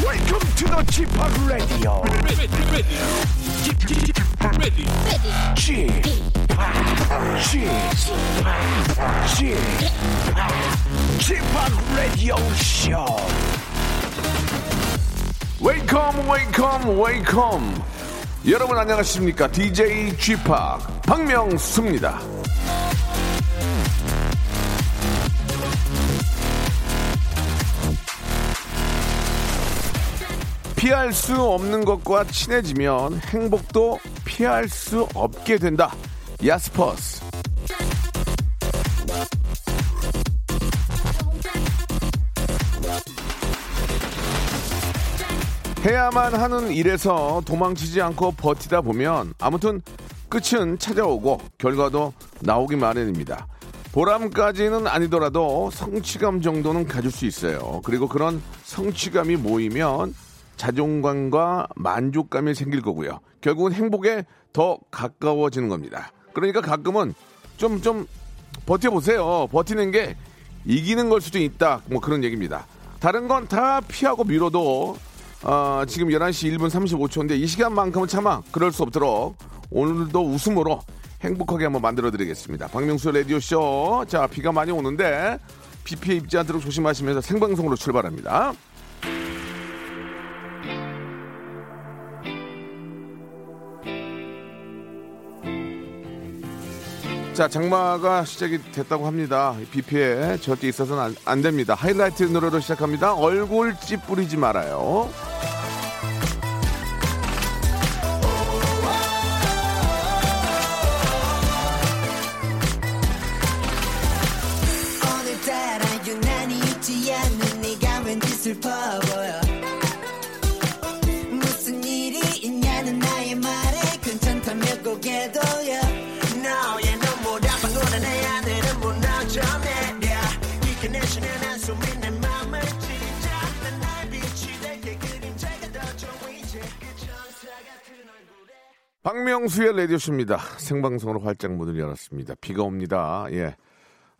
Welcome to the g p o p Radio. ready, ready, ready, ready. g p o p g p o p Radio Show. 웨이컴 웨이컴 웨이컴 여러분 안녕하십니까 DJ g p o p 박명수입니다 피할 수 없는 것과 친해지면 행복도 피할 수 없게 된다 야스퍼스 해야만 하는 일에서 도망치지 않고 버티다 보면 아무튼 끝은 찾아오고 결과도 나오기 마련입니다. 보람까지는 아니더라도 성취감 정도는 가질 수 있어요. 그리고 그런 성취감이 모이면 자존감과 만족감이 생길 거고요. 결국은 행복에 더 가까워지는 겁니다. 그러니까 가끔은 좀 좀 버텨보세요. 버티는 게 이기는 걸 수도 있다. 뭐 그런 얘기입니다. 다른 건 다 피하고 미뤄도 아, 지금 11시 1분 35초인데 이 시간만큼은 차마 그럴 수 없도록 오늘도 웃음으로 행복하게 한번 만들어 드리겠습니다. 박명수 라디오 쇼. 자, 비가 많이 오는데 비 피해 입지 않도록 조심하시면서 생방송으로 출발합니다. 자, 장마가 시작이 됐다고 합니다. 비 피해 절대 있어서는 안, 안 됩니다. 하이라이트 노래로 시작합니다. 얼굴 찌푸리지 말아요. 오늘따라 유난히 있지 않는 내가 왠지 슬퍼 보여 무슨 일이 있냐는 나의 말에 괜찮다며 고개 돌려 너의 눈보다 방울은 내 하늘은 무너져내려 이 그네시는 한숨이 내 맘을 찢어 난 나의 빛이 될게 그림자가 더 좋은 이제 그 천사 같은 얼굴에 박명수의 라디오쇼입니다. 생방송으로 활짝 문을 열었습니다. 비가 옵니다. 예.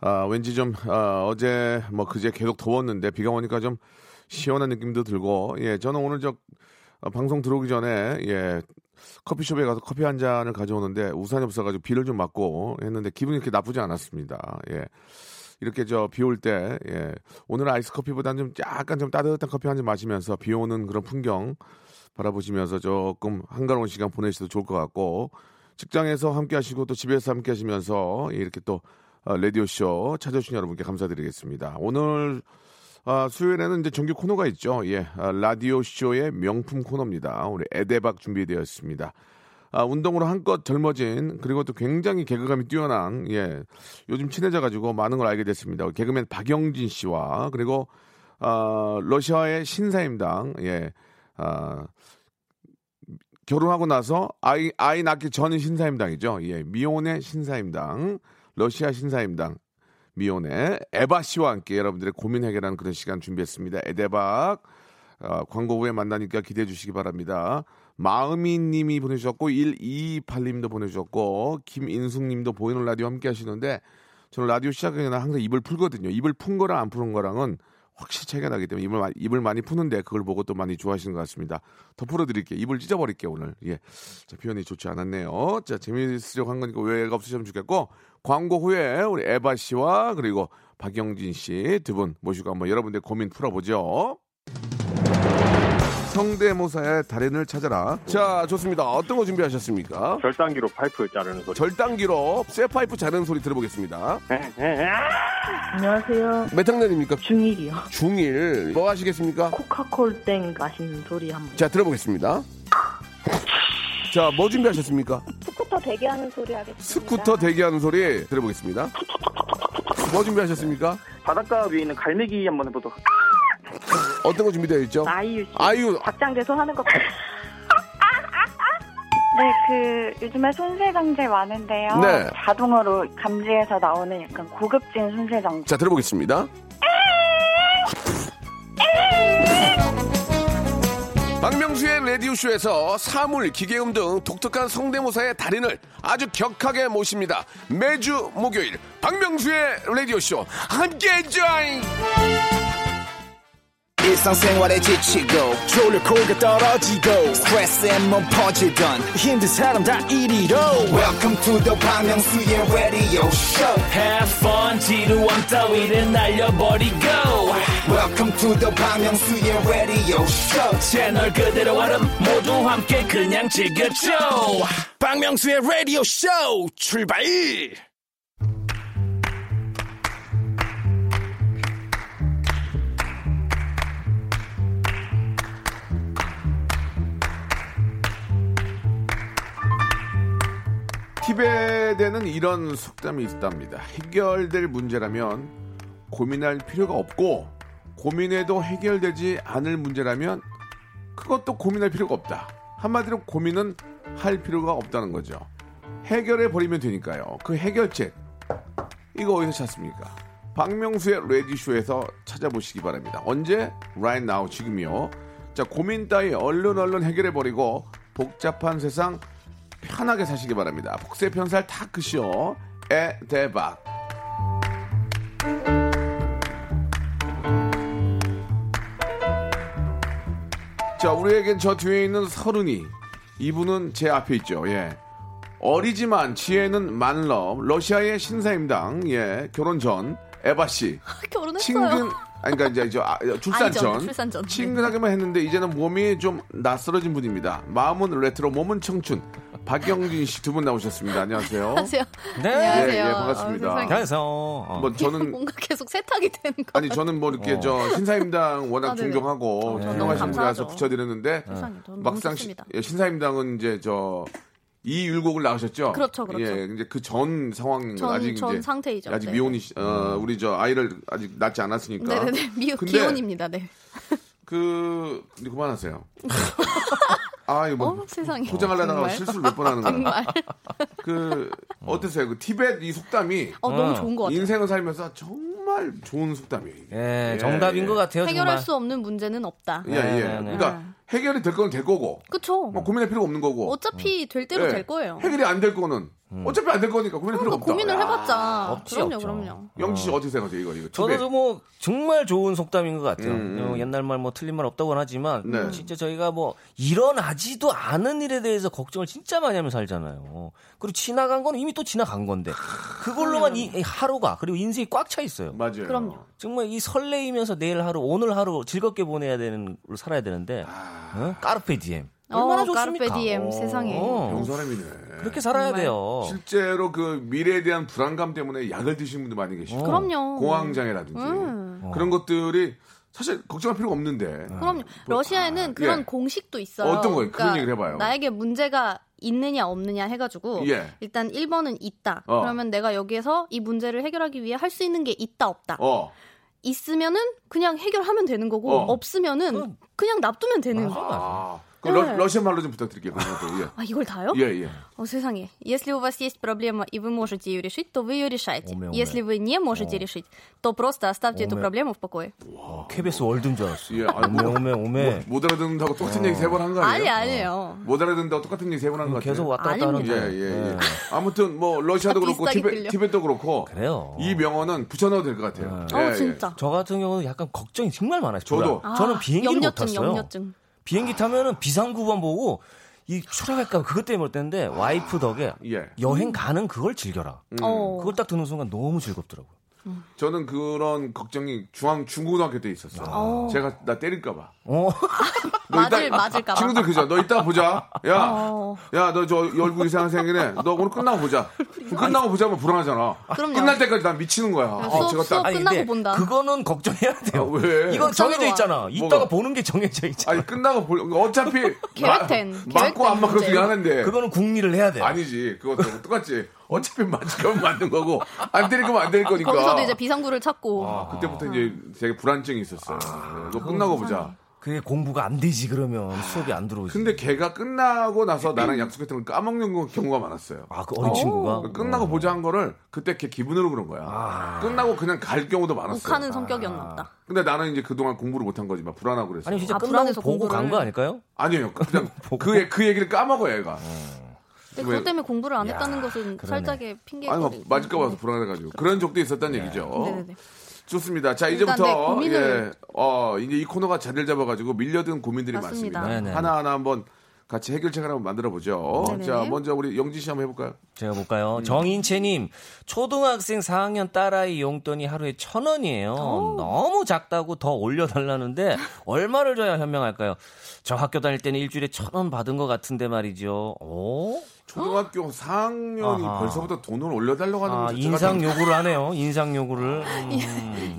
아, 왠지 좀, 아, 어제, 뭐, 그제 계속 더웠는데, 비가 오니까 좀 시원한 느낌도 들고, 예, 저는 오늘 저, 아, 방송 들어오기 전에, 예, 커피숍에 가서 커피 한 잔을 가져오는데, 우산이 없어가지고 비를 좀 맞고 했는데, 기분이 이렇게 나쁘지 않았습니다. 예. 이렇게 저 비 올 때, 예, 오늘 아이스 커피보다는 좀 약간 좀 따뜻한 커피 한 잔 마시면서 비 오는 그런 풍경, 바라보시면서 조금 한가로운 시간 보내셔도 좋을 것 같고 직장에서 함께 하시고 또 집에서 함께 하시면서 이렇게 또 어, 라디오쇼 찾아주신 여러분께 감사드리겠습니다. 오늘 아, 수요일에는 이제 정규 코너가 있죠. 예, 아, 라디오쇼의 명품 코너입니다. 우리 에데박 준비되어 있습니다. 아, 운동으로 한껏 젊어진 그리고 또 굉장히 개그감이 뛰어난 예 요즘 친해져가지고 많은 걸 알게 됐습니다. 우리 개그맨 박영진 씨와 그리고 아, 러시아의 신사임당 예 아, 결혼하고 나서 아이 아이 낳기 전 신사임당이죠. 예 미혼의 신사임당 러시아 신사임당 미혼의 에바 씨와 함께 여러분들의 고민 해결하는 그런 시간 준비했습니다. 에데박 어, 광고 후에 만나니까 기대해 주시기 바랍니다. 마음이 님이 보내주셨고 128님도 보내주셨고 김인숙 님도 보이는 라디오 함께 하시는데 저는 라디오 시작하기 전에 항상 입을 풀거든요. 입을 푼 거랑 안 푸는 거랑은 확실히 차이가 나기 때문에 입을, 많이- 입을 많이 푸는데 그걸 보고 또 많이 좋아하시는 것 같습니다. 더 풀어드릴게요. 입을 찢어버릴게요 오늘. 예, 자 표현이 좋지 않았네요. 자 재미있으려고 한 거니까 오해가 없으시면 좋겠고 광고 후에 우리 에바 씨와 그리고 박영진 씨 두 분 모시고 한번 여러분들 고민 풀어보죠. 성대모사의 달인을 찾아라. 자, 좋습니다. 어떤 거 준비하셨습니까? 절단기로 파이프 자르는 소리. 절단기로 쇠파이프 자르는 소리 들어보겠습니다. 안녕하세요. 몇 학년입니까? 중일이요. 중1. 뭐 하시겠습니까? 코카콜땡 마시는 소리 한번. 자, 들어보겠습니다. 자, 뭐 준비하셨습니까? 스쿠터 대기하는 소리 하겠습니다. 스쿠터 대기하는 소리 들어보겠습니다. 뭐 준비하셨습니까? 바닷가 위에 있는 갈매기 한번 해보도록. 어떤 거 준비되어 있죠? 아이유 씨. 아유, 박장대소 하는 것 같아요. 네, 그 요즘에 손세 정제 많은데요. 네. 자동으로 감지해서 나오는 약간 고급진 손세 정제. 자, 들어보겠습니다. 박명수의 라디오쇼에서 사물, 기계음 등 독특한 성대모사의 달인을 아주 격하게 모십니다. 매주 목요일 박명수의 라디오쇼 함께해 join! 일상생활에 지치고, 졸려 코가 떨어지고, 스트레스에 몸 퍼지던, 힘든 사람 다 이리로. welcome to the Bang Myung-soo's radio show Have fun 지루함 따위를 날려버리고 welcome to the Bang Myung-soo's radio show 채널 그대로 얼음 모두 함께 그냥 즐겨줘 박명수의 라디오 쇼 출발! 티베트에는 이런 속담이 있답니다. 해결될 문제라면 고민할 필요가 없고 고민해도 해결되지 않을 문제라면 그것도 고민할 필요가 없다. 한마디로 고민은 할 필요가 없다는 거죠. 해결해 버리면 되니까요. 그 해결책 이거 어디서 찾습니까? 박명수의 레디쇼에서 찾아보시기 바랍니다. 언제? Right now, 지금이요. 자, 고민 따위 얼른 얼른 해결해버리고 복잡한 세상 편하게 사시기 바랍니다. 복세 편살 다 끝이요. 에 대박. 자, 우리에겐 저 뒤에 있는 서른이. 이분은 제 앞에 있죠. 예. 어리지만 지혜는 만러 러시아의 신사임당. 예. 결혼 전 에바 씨. 친근 아니 그러니까 이제 저 아, 출산 아니죠, 전 출산 전. 친근하게만 했는데 이제는 몸이 좀 낯설어진 분입니다. 마음은 레트로, 몸은 청춘. 박경진 씨 두 분 나오셨습니다. 안녕하세요. 안녕하세요. 예, 안녕하세요. 예, 반갑습니다. 어, 세상에. 네. 안녕하세요 어. 뭐 저는 뭔가 계속 세탁이 되는 거. 아니 저는 뭐 이렇게 어. 저 신사임당 워낙 아, 네네. 존경하고 네. 존경하시는 분이라서 감사하죠. 붙여드렸는데 세상에, 저는 너무 막상 시, 좋습니다. 예, 신사임당은 이제 저 이율곡을 나오셨죠? 그렇죠, 그렇죠. 예, 이제 그 전 상황인 거 전- 아직 전 이제 상태이죠. 아직 네. 미혼이 시- 어, 음. 우리 저 아이를 아직 낳지 않았으니까. 네네네. 미, 근데 기혼입니다. 네. 그 이제 그만하세요. 아, 이거 뭐 어, 세상에. 포장하려다가 정말? 실수를 몇 번 하는 거야. 정말. 그 어떠세요? 그 티벳 이 속담이 어, 어. 너무 좋은 것 같아요. 인생을 살면서 정말 좋은 속담이에요. 이게. 예, 예, 정답인 예. 것 같아요 해결할 정말 수 없는 문제는 없다. 예, 예. 네, 네, 네. 그러니까 해결이 될 건 될 거고, 그쵸. 뭐 고민할 필요가 없는 거고. 어차피 될 대로 예. 될 거예요. 해결이 안 될 거는 어차피 안 될 거니까 고민할 필요가 그러니까 없다. 고민을 해봤자. 없지, 그럼요, 없죠. 그럼요. 영지 씨 어떻게 생각하세요? 이거 이거. 저도 팁에. 뭐 정말 좋은 속담인 것 같아요. 음. 어, 옛날 말 뭐 틀린 말 없다고는 하지만 네. 진짜 저희가 뭐 일어나지도 않은 일에 대해서 걱정을 진짜 많이 하면서 살잖아요. 그리고 지나간 건 이미 또 지나간 건데 그걸로만 이, 이 하루가 그리고 인생이 꽉 차 있어요. 맞아요. 그럼요. 정말 이 설레이면서 내일 하루 오늘 하루 즐겁게 보내야 되는 걸로 살아야 되는데 어? 까르페 디엠 얼마나 어, 좋습니까? 까르페디엠 세상에. 어. 병 사람이네. 그렇게 살아야 정말. 돼요. 실제로 그 미래에 대한 불안감 때문에 약을 드시는 분들 많이 계시고, 어. 그럼요. 공황장애라든지 어. 음. 그런 것들이 사실 걱정할 필요가 없는데. 그럼요. 러시아에는 그런 뭐, 예. 공식도 있어요. 그러니까 어떤 거예요? 그런 얘기를 해봐요. 나에게 문제가 있느냐 없느냐 해가지고 예. 일단 1번은 있다. 어. 그러면 내가 여기에서 이 문제를 해결하기 위해 할 수 있는 게 있다 없다. 어. 있으면은 그냥 해결하면 되는 거고 어. 없으면은 그냥 놔두면 되는 거. 아, 아. 그 러, 네. 러시아 말로 좀 부탁드릴게요. 그것도. 예. 이걸 다요? 예, 예. 어, 세상에. Если у вас есть проблема и вы можете ее решить, то вы ее решайте. 오메, 오메. Если вы не можете решить, то просто оставьте эту 오메. проблему в покое. KBS 월드인 줄 알았어. 예, 아니, 오메 뭐- 오메 오메. 못 알아듣는다고 똑같은 얘기 세 번 한 거 아니에요? 음. 어. 아니 어. 아니에요. 못 알아듣는다고 똑같은 얘기 세 번 한 거 같아요. 계속 왔다 갔다 네. 하는 예, 거예요. 예, 예. 아무튼 뭐 러시아도 다 그렇고 비슷하게 티베, 들려. 티벳도 그렇고 그래요. 네. 이 명언은 붙여넣어도 될 것 같아요. 예, 예, 어 진짜. 저 같은 경우는 약간 걱정이 정말 많아요. 저도. 불안. 저는 아, 비행기를 못 염려증, 탔어요. 염려증. 비행기 타면은 비상구만 보고 이 추락할까 그것 때문에 못 탔는데 와이프 덕에 예. 여행 가는 그걸 즐겨라. 어. 음, 그걸 딱 듣는 순간 너무 즐겁더라고요. 저는 그런 걱정이 중앙 중고등학교 때 있었어요. 제가 나 때릴까봐. 어, 아. 맞을 맞을까 봐. 친구들 그죠? 너 이따 보자. 야, 어. 야, 너 저 얼굴 이상한 생기네. 너 오늘 끝나고 보자. 그럼 끝나고 보자면 불안하잖아. 그러니까. 그럼요. 끝날 때까지 난 미치는 거야. 수업, 제가 딱 수업. 아니, 끝나고 근데 본다. 그거는 걱정해야 돼요. 아, 왜? 이건 정해져 와. 있잖아. 이따가 뭐가? 보는 게 정해져 있잖아. 아니 끝나고 볼 어차피 계획된, 마- 맞고 안 계획된 맞고 문제. 둘이 하는데 그거는 궁리를 해야 돼요. 아니지 그것도 똑같지 어차피 맞을 거면 맞는 거고 안 때릴 거면 안 때릴 거니까 아. 거기서도 이제 비상구를 찾고. 아, 그때부터 이제 되게 불안증이 있었어요 너 끝나고 보자 그게 공부가 안 되지 그러면 수업이 안 들어오지. 근데 걔가 끝나고 나서 나랑 약속했던 걸 까먹는 거- 경우가 많았어요 아, 그 어린 친구가 끝나고 보자 한 거를 그때 걔 기분으로 그런 거야 끝나고 그냥 갈 경우도 많았어요 욱하는 성격이었나 보다. 근데 나는 이제 그동안 공부를 못한 거지 막 불안하고 그래서 아니 진짜 아, 끝나고 불안해서 보고 간 공부를- 거 아닐까요? 니에요 그냥 그, 애- 그 얘기를 까먹어 얘가 근데 왜- 그것 때문에 공부를 안 했다는 그러네. 것은 뭐 뭐, 살짝의 핑계. 아니 막 맞을까 봐서 불안해가지고 그런 적도 있었단 얘기죠 네. 네네네. 좋습니다. 자 일단 이제부터 내 고민을- 예, 어 이제 이 코너가 자리를 잡아가지고 밀려든 고민들이 맞습니다. 많습니다. 네네. 하나 하나 한번 같이 해결책 하나 만들어 보죠. 네네. 자 먼저 우리 영지 씨 한번 해볼까요? 제가 볼까요? 정인채님, 초등학생 4학년 딸아이 용돈이 하루에 천 원이에요. 너무 작다고 더 올려달라는데, 얼마를 줘야 현명할까요? 저 학교 다닐 때는 일주일에 천 원 받은 것 같은데 말이죠. 오? 초등학교 4학년이 아하. 벌써부터 돈을 올려달라고 하는 아, 것 자체가 인상 좀- 요구를 하네요. 인상 요구를. 음.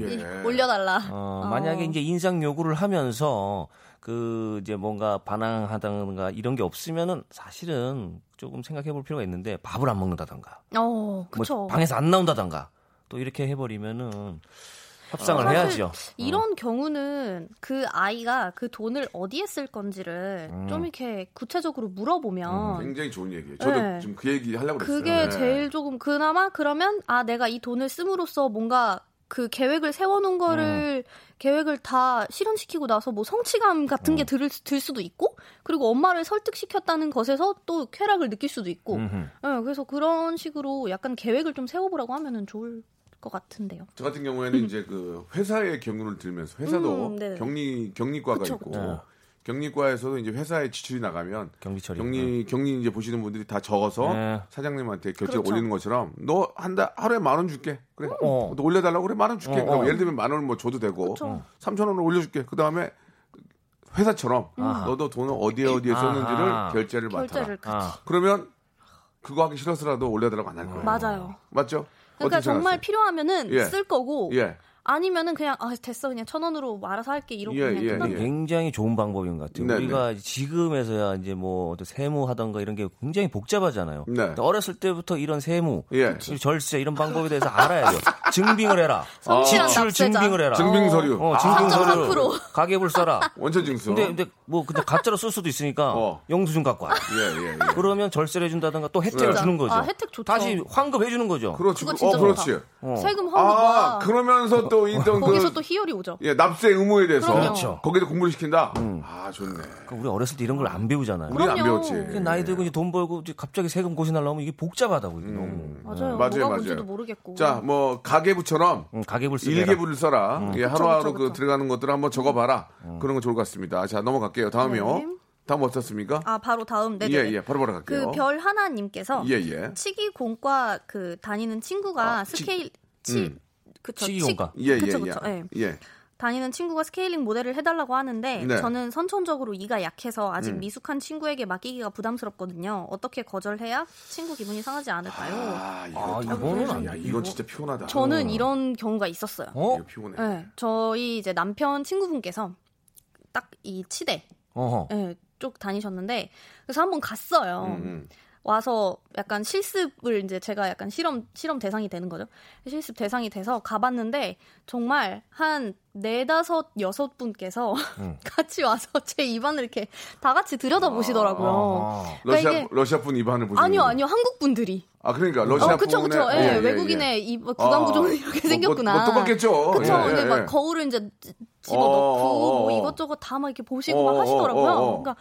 예. 올려달라. 어, 만약에 이제 인상 요구를 하면서 그 이제 뭔가 반항하다든가 이런 게 없으면은 사실은 조금 생각해 볼 필요가 있는데 밥을 안 먹는다든가 어, 뭐 그쵸. 방에서 안 나온다던가 또 이렇게 해버리면은 협상을 사실 해야죠. 어. 이런 어. 경우는 그 아이가 그 돈을 어디에 쓸 건지를 음. 좀 이렇게 구체적으로 물어보면 굉장히 좋은 얘기예요. 저도 네. 지금 그 얘기 하려고 그랬어요. 그게 음, 네. 제일 조금 그나마 그러면 아 내가 이 돈을 씀으로써 뭔가 그 계획을 세워놓은 음. 거를 계획을 다 실현시키고 나서 뭐 성취감 같은 음. 게 들, 들 수도 있고 그리고 엄마를 설득시켰다는 것에서 또 쾌락을 느낄 수도 있고 음흠. 예, 그래서 그런 식으로 약간 계획을 좀 세워보라고 하면은 좋을 것 같은데요. 저 같은 경우에는 이제 그 회사의 경우를 들면서 회사도 음, 네. 격리 격리과가 그쵸, 있고 그쵸. 격리과에서도 이제 회사의 지출이 나가면 경비 처리. 음. 격리 격리 이제 보시는 분들이 다 적어서 네. 사장님한테 결제 를 그렇죠. 올리는 것처럼 너 한 달 하루에 만 원 줄게 그래 어. 너 올려달라고 그래 만 원 줄게 어, 그럼 어. 예를 들면 만 원을 뭐 줘도 되고 그쵸. 삼천 원을 올려줄게 그 다음에 회사처럼 음. 아하. 너도 돈을 어디에 어디에 썼는지를 아하. 결제를 맡아라 결제를 같이. 아, 그러면 그거 하기 싫어서라도 올려달라고 안 할 거예요 맞아요. 맞죠 그러니까 어떻게 생각하세요? 정말 필요하면은 예. 쓸 거고 예 아니면은 그냥 아 됐어 그냥 천 원으로 알아서 할게 이러고 예, 그냥 예, 끝나 예. 굉장히 좋은 방법인 것 같아요. 네, 우리가 지금에서야 이제 뭐 어떤 세무하던가 이런 게 굉장히 복잡하잖아요. 네. 근데 어렸을 때부터 이런 세무, 예. 그리고 절세 이런 방법에 대해서 알아야 돼요. 증빙을 해라. 성실한 지출 납세자. 증빙을 해라. 증빙 서류 어, 증빙 서류. 3.4%. 가계부 써라. 원천 징수 근데 근데 뭐 그냥 가짜로 쓸 수도 있으니까 어. 영수증 갖고 와. 예, 예, 예. 그러면 절세를 해준다든가 또 혜택을 네. 주는 거죠. 아, 혜택 좋죠. 다시 환급 해주는 거죠. 그렇지. 그거 진짜 어, 좋다. 그렇지. 세금 헌금 아, 아, 그러면서 또 인정 거기서 그 또 희열이 오죠. 예, 납세 의무에 대해서 그럼요. 그렇죠. 음. 거기서 공부를 시킨다. 아, 좋네. 그러니까 우리 어렸을 때 이런 걸 안 배우잖아요. 우리 안 그럼요. 배웠지. 이게 나이 들고 이제 돈 벌고 이제 갑자기 세금 고시 날라오면 이게 복잡하다고 이게 너무. 맞아요, 맞아요. 뭐가 맞아요. 뭔지도 모르겠고. 자, 뭐 가계부처럼 음, 가계부를 쓰게 해라. 일계부를 써라. 예, 음. 그쵸, 하루하루 그쵸, 음. 그 그쵸. 들어가는 것들을 한번 적어봐라. 그런 거 좋을 것 같습니다. 자, 넘어갈게요. 다음이요. 네. 다음 어떻습니까? 아 바로 다음 네. 예, 예, 바로바로 갈게요. 그 별 하나님께서 예, 예. 치기 공과 그 다니는 친구가 아, 치- 스케일 치 음. 그쵸 치기 치- 공과. 예, 예, 그쵸 예. 그쵸. 예. 예. 다니는 친구가 스케일링 모델을 해달라고 하는데 네. 음. 저는 선천적으로 이가 약해서 아직 미숙한 친구에게 맡기기가 부담스럽거든요. 어떻게 거절해야 친구 기분이 상하지 않을까요? 아, 어. 이거 아, 딱- 이거는 야, 안- 이건 진짜 피곤하다. 저는 이런 경우가 있었어요. 어? 이거 피곤해. 네, 저희 이제 남편 친구분께서 딱 이 치대 어허. 예, 쭉 다니셨는데 그래서 한번 갔어요. 음. 와서 약간 실습을 이제 제가 약간 실험 실험 대상이 되는 거죠. 실습 대상이 돼서 가봤는데 정말 한 네다섯 여섯 분께서 음. 같이 와서 제 입안을 이렇게 다 같이 들여다 보시더라고요. 아하. 러시아 그러니까 이게- 러시아 분 입안을 보시는 아니요 거예요? 아니요 한국 분들이. 아 그러니까 러시아 어 그쵸 분의- 그쵸. 예, 예, 예, 예. 외국인의 이 구강 구조는 아, 이렇게 뭐, 생겼구나. 뭐, 뭐 똑같겠죠. 그쵸. 예, 예, 근데 예. 막 거울을 이제 어, 어, 집어넣고 어, 뭐 어. 이것저것 다 막 이렇게 보시고 어, 어, 막 하시더라고요. 어, 어, 어. 그러니까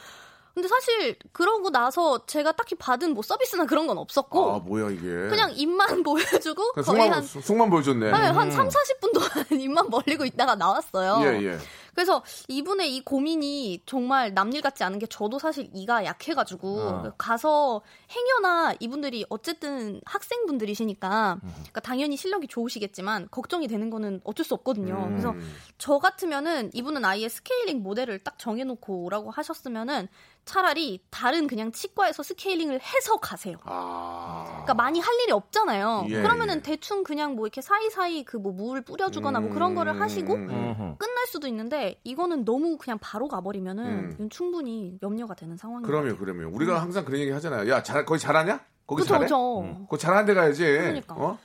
근데 사실 그러고 나서 제가 딱히 받은 뭐 서비스나 그런 건 없었고 아 뭐야 이게. 그냥 입만 보여주고 그냥 거의 속만 한 속만 보여줬네. 네, 한 3, 40분 동안 입만 벌리고 있다가 나왔어요. 예 예. 그래서 이분의 이 고민이 정말 남일 같지 않은 게 저도 사실 이가 약해가지고 아. 어. 가서 행여나 이분들이 어쨌든 학생분들이시니까 음. 그러니까 당연히 실력이 좋으시겠지만 걱정이 되는 거는 어쩔 수 없거든요. 음. 그래서 저 같으면은 이분은 아예 스케일링 모델을 딱 정해놓고 오라고 하셨으면은 차라리 다른 그냥 치과에서 스케일링을 해서 가세요. 아. 그러니까 많이 할 일이 없잖아요. 예, 그러면은 예. 대충 그냥 뭐 이렇게 사이사이 그 뭐 무를 뿌려주거나 뭐 그런 거를 음. 하시고 음흠. 네, 끝날 수도 있는데 이거는 너무 그냥 바로 가버리면은 음. 이건 충분히 염려가 되는 상황이에요. 그러면 그러면 우리가 항상 그런 얘기 하잖아요. 야 잘, 거기 잘하냐? 거기 음. 그쵸 잘해? 음. 그쵸. 거기 잘하는 데 가야지. 그러니까. 어?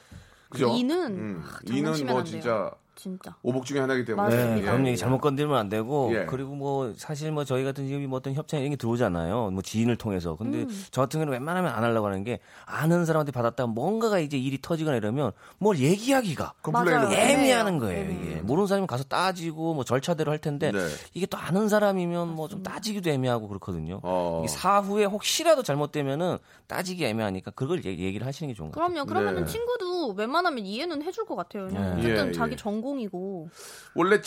그죠? 이는 아, 이는 장난치면 뭐 안 돼요. 진짜 진짜. 오복 중에 하나이기 때문에. 맞습니다. 네, 예, 그런 예. 얘기 잘못 건드리면 안 되고 예. 그리고 뭐 사실 뭐 저희 같은 지금 뭐 어떤 협찬 이런 게 들어오잖아요. 뭐 지인을 통해서. 근데 음. 저 같은 경우는 웬만하면 안 하려고 하는 게 아는 사람한테 받았다가 뭔가가 이제 일이 터지거나 이러면 뭘 얘기하기가 컴플레인을 맞아요. 네. 하죠. 애매하는 거예요. 이게. 음. 모르는 사람이 가서 따지고 뭐 절차대로 할 텐데 네. 이게 또 아는 사람이면 뭐 좀 따지기도 애매하고 그렇거든요. 어. 이게 사후에 혹시라도 잘못되면은 따지기 애매하니까 그걸 얘- 얘기를 하시는 게 좋은 것 같아요. 그럼요. 그러면은 네. 친구도 웬만하면 이해는 해줄 것 같아요. 왜냐면 예, 어쨌든 예. 자기 전공이고. 원래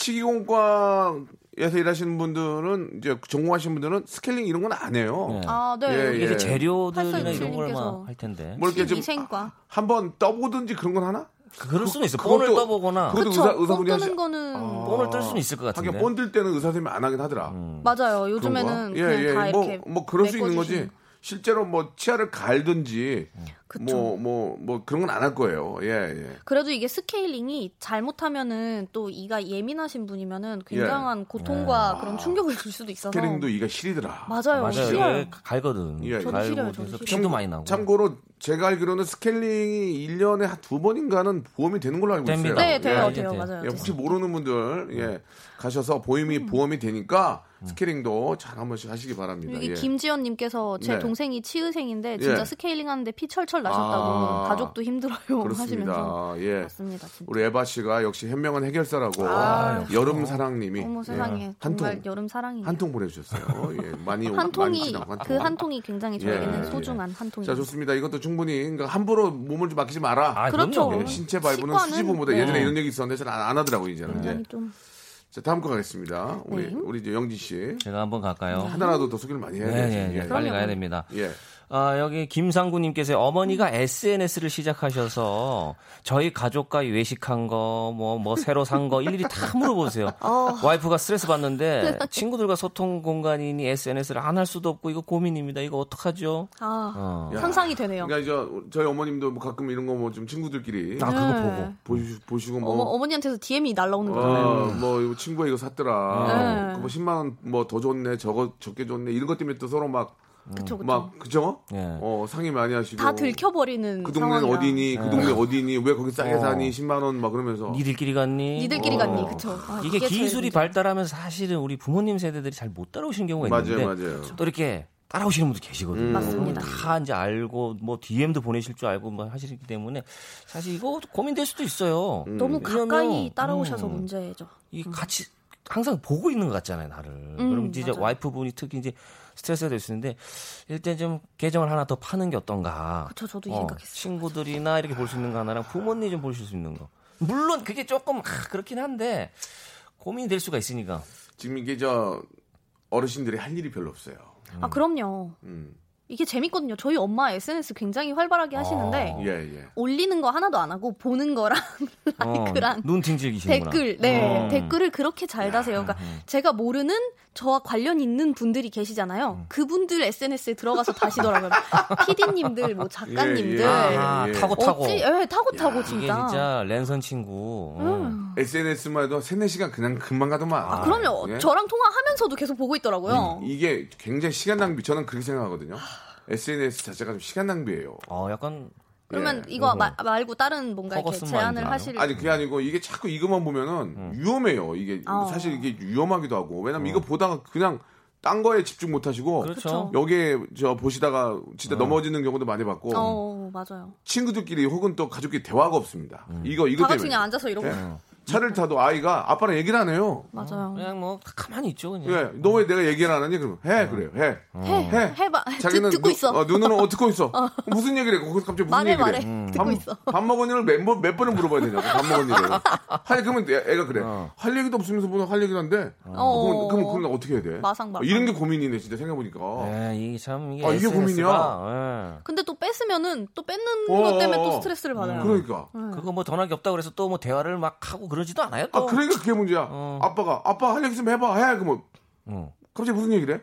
치기공과에서 일하시는 분들은 이제 전공하신 분들은 스케일링 이런 건 안 해요. 예, 아, 네. 이게 이제 재료들이나 이런 님께서. 걸막할 텐데. 뭐 이렇게 좀 위생과. 한번 떠보든지 그런 건 하나? 그럴 수는 있어. 그것도- 뻔을 떠보거나. 그것도 그쵸. 의사 의사분이 뽕 하시- 아. 뜨는 거는 뻔을 뜰 수는 있을 것 같은데. 음. 하긴 뻔들 때는 의사 선생님이 안 하긴 하더라. 맞아요. 그런 요즘에는 거야? 그냥 다 뭐, 이렇게 뭐 그럴 수 있는 메꿔주시는 거지. 실제로 뭐 치아를 갈든지 그쵸. 뭐 뭐 뭐 그런 건 안 할 거예요. 예, 예. 그래도 이게 스케일링이 잘못하면은 또 이가 예민하신 분이면은 굉장한 고통과 그런 충격을 줄 수도 있어서 예. 스케일링도 이가 시리더라. 맞아요. 맞아요. 싫어요. 이게 갈거든. 예, 저도 갈고 싫어요, 저도 그래서 싫어요. 피도 많이 나고. 참고로 제가 알기로는 스케일링이 1년에 한 두 번인가는 보험이 되는 걸로 알고 있어요. 됩니다. 네, 돼요, 예, 돼요, 예, 맞아요. 예, 혹시 모르는 분들 음. 예, 가셔서 보험이 음. 보험이 되니까 스케일링도 잘 한 번씩 하시기 바랍니다. 여기 예. 김지연님께서 제 네. 동생이 치의생인데 진짜 예. 스케일링 하는데 피 철철 나셨다고 아. 가족도 힘들어요 하시면서 그렇습니다. 예. 맞습니다. 진짜. 우리 에바 씨가 역시 현명한 해결사라고 여름 사랑님이 어머 세상에 예. 정말 한통 여름 사랑이네요. 한 통 보내주셨어요. 예, 많이 오- 한 많이 통이 지나고 그 통. 한 통이 굉장히 저에게는 예, 소중한 한 통이. 자 좋습니다. 이것도 충분히 그러니까 함부로 몸을 좀 맡기지 마라. 아, 그렇죠. 그럼요. 예, 신체 발부는 습관은 수지부보다 네. 예전에 이런 얘기 있었는데 잘 안 하더라고 이제는. 굉장히 예. 좀 자 다음 거 가겠습니다. 우리 네. 우리 이제 영지 씨 제가 한번 갈까요? 하나라도 더 소개를 많이 예, 해야 되죠. 예, 예. 빨리 가야 됩니다. 예. 아, 여기 김상구님께서 어머니가 음. SNS를 시작하셔서 저희 가족과 외식한 거, 뭐, 뭐, 새로 산 거 일일이 다 물어보세요. 와이프가 스트레스 받는데 친구들과 소통 공간이니 SNS를 안 할 수도 없고 이거 고민입니다. 이거 어떡하죠? 아 어. 야. 상상이 되네요. 그러니까 이제 저희 어머님도 뭐 가끔 이런 거 뭐 좀 친구들끼리 아, 그거 네. 보고. 보시, 보시고 뭐 어머, 어머니한테서 DM이 날라오는 거잖아요. 어, 뭐 이거 친구가 이거 샀더라. 네. 그뭐 10만 원 뭐 더 줬네, 저거 적게 줬네 이런 것 때문에 또 서로 막 어, 막 그쵸, 그쵸. 그죠? 예. 어 상의 많이 하시고 다 들켜버리는 그 동네는 상황이라. 어디니? 그 동네 어디니? 왜 거기 싸게 어. 사니? 10만 원 막 그러면서 니들끼리 갔니? 니들끼리 어. 갔니? 그쵸. 아, 이게 그게 제일 기술이 문제. 발달하면 사실은 우리 부모님 세대들이 잘 못 따라오시는 경우가 맞아요, 있는데 맞아요. 또 이렇게 따라오시는 분도 계시거든요. 맞습니다. 다 이제 알고 뭐 DM도 보내실 줄 알고 뭐 하시기 때문에 사실 이거 고민될 수도 있어요. 음. 너무 왜냐면, 가까이 따라오셔서 음, 문제죠. 이 같이 항상 보고 있는 것 같잖아요, 나를. 그럼 이제 음, 맞아요. 와이프분이 특히 이제 스트레스가 될 수 있는데 일단 좀 계정을 하나 더 파는 게 어떤가. 그쵸, 저도 이 어, 생각했어요. 친구들이나 이렇게 볼 수 있는 거 하나랑 부모님 좀 보실 수 있는 거. 물론 그게 조금 아, 그렇긴 한데 고민이 될 수가 있으니까. 지금 이게 저 어르신들이 할 일이 별로 없어요. 아 그럼요. 음. 이게 재밌거든요. 저희 엄마 SNS 굉장히 활발하게 하시는데 어. 예, 예. 올리는 거 하나도 안 하고 보는 거랑 라이크랑 어, 눈 팅질기시는구나. 아, 댓글, 네 어. 음. 댓글을 그렇게 잘 다세요. 그러니까 제가 모르는 저와 관련 있는 분들이 계시잖아요. 음. 그분들 SNS에 들어가서 다시더라고요. PD님들, 뭐 작가님들, 예, 예. 아, 예. 타고 타고. 어찌, 예, 타고 타고 이게 진짜. 진짜 랜선 친구. 음. SNS만 해도 세네 시간 그냥 금방 가더만. 아, 그럼요. 예? 음, 저랑 통화하면서도 계속 보고 있더라고요. 아. 이게 굉장히 시간 낭비. 저는 그렇게 생각하거든요. SNS 자체가 좀 시간 낭비예요. 어, 약간 그러면 이거 마- 말고 다른 뭔가 이렇게 허거슨 제안을 마인드나요? 하실 아니 그게 아니고 이게 자꾸 이것만 보면은 음. 위험해요. 이게 아. 사실 이게 위험하기도 하고 왜냐면 이거 보다가 그냥 딴 거에 집중 못 어, 하시고 어. 그렇죠. 여기에 저 보시다가 진짜 넘어지는 경우도 많이 봤고 어, 맞아요. 친구들끼리 혹은 또 가족끼리 대화가 없습니다. 음. 이거 이거 다 같이 때문에 그냥 앉아서 이러고 예. 어. 차를 타도 아이가 아빠랑 얘기를 안 해요. 맞아요. 어. 그냥 뭐 가만히 있죠 그냥. 예, 너 왜 내가 얘기를 안 하니? 그럼 해 어. 그래요 해. 해, 어. 해. 해봐. 자기는 듣, 고 누- 있어. 어, 누나는 어 듣고 있어. 무슨 얘기를 해? 거기서 갑자기 무슨 말해, 얘기를 말해. 해? 음. 듣고 밥, 있어. 밥 먹은 일을 몇, 번, 몇 번은 물어봐야 되냐고. 밥 먹은 일을. 아니, 그러면 애, 가 그래. 할 얘기도 없으면서 뭐할 얘기를 한데. 어. 그럼, 그럼, 그럼 나 어떻게 해야 돼? 아, 마상, 마상. 이런 게 고민이네, 진짜 생각해보니까. 어. 예, 이게 참 이게 아, 이게 SNS 가, 예. 근데 또 뺏으면은 또 뺏는 어, 것 때문에 어, 또 어. 스트레스를 받아요. 그러니까. 네. 그거 뭐 전화기 없다 그래서 또 뭐 대화를 막 하고 그러지도 않아요. 아, 어. 또. 그러니까 그게 문제야. 아빠가, 아빠 할 얘기 있으면 해봐. 해. 그러면 어. 갑자기 무슨 얘기를 해?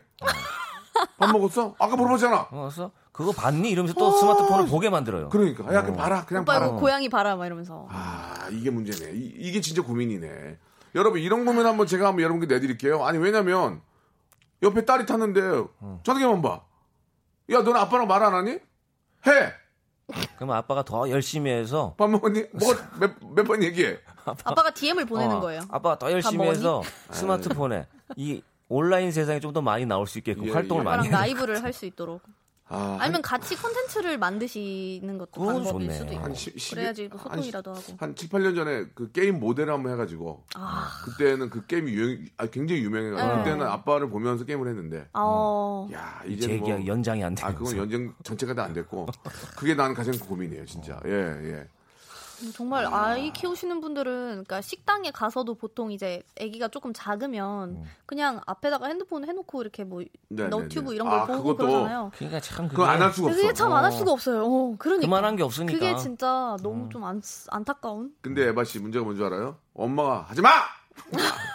밥 먹었어? 아까 물어봤잖아. 그래서 그거 봤니 이러면서 어. 또 스마트폰을 보게 만들어요. 그러니까. 야, 그냥 봐라. 그냥 오빠 봐라. 이거 고양이 봐라 막 이러면서. 아, 이게 문제네. 이, 게 진짜 고민이네. 여러분, 이런 고민 한번 제가 한번 여러분께 내드릴게요. 아니, 왜냐면, 옆에 딸이 탔는데, 전화기만 봐. 야, 너는 아빠랑 말 안 하니? 해! 그럼 아빠가 더 열심히 해서 밥 먹었니? 뭐, 몇, 몇 번 얘기해. 아빠가 DM을 보내는 어, 거예요. 아빠가 더 밥 열심히 먹었니? 해서 스마트폰에 이 온라인 세상에 좀 더 많이 나올 수 있게끔 예, 활동을 예. 많이 아빠랑 해요. 라이브를 할 수 있도록. 아, 아니면 같이 콘텐츠를 만드시는 것도 그건 방법일 좋네. 수도 있고. 한 시- 시- 그래야지 뭐 한 소통이라도 하고. 한 7, 8년 전에 그 게임 모델을 한번 해가지고, 아, 그때는 그 게임이 유행, 아, 굉장히 유명해가지고, 네. 그때는 아빠를 보면서 게임을 했는데, 어. 야, 제 이제 얘기가 뭐. 연장이 안 돼. 아, 그건 연장 전체가 다 안 됐고, 그게 난 가장 고민이에요, 진짜. 예, 예. 음, 정말 아이 키우시는 분들은 그러니까 식당에 가서도 보통 이제 아기가 조금 작으면 그냥 앞에다가 핸드폰 해놓고 이렇게 뭐 네, 네, 너튜브 네. 이런 걸 아, 보고 그것도- 그러잖아요. 그러니까 참 그거 안 할 수가 없어. 그게 참 안 할 수가 없어요. 어, 그러니까. 그만한 게 없으니까. 그게 진짜 너무 좀 안, 안타까운. 근데 에바 씨 문제가 뭔지 알아요? 엄마가 하지 마.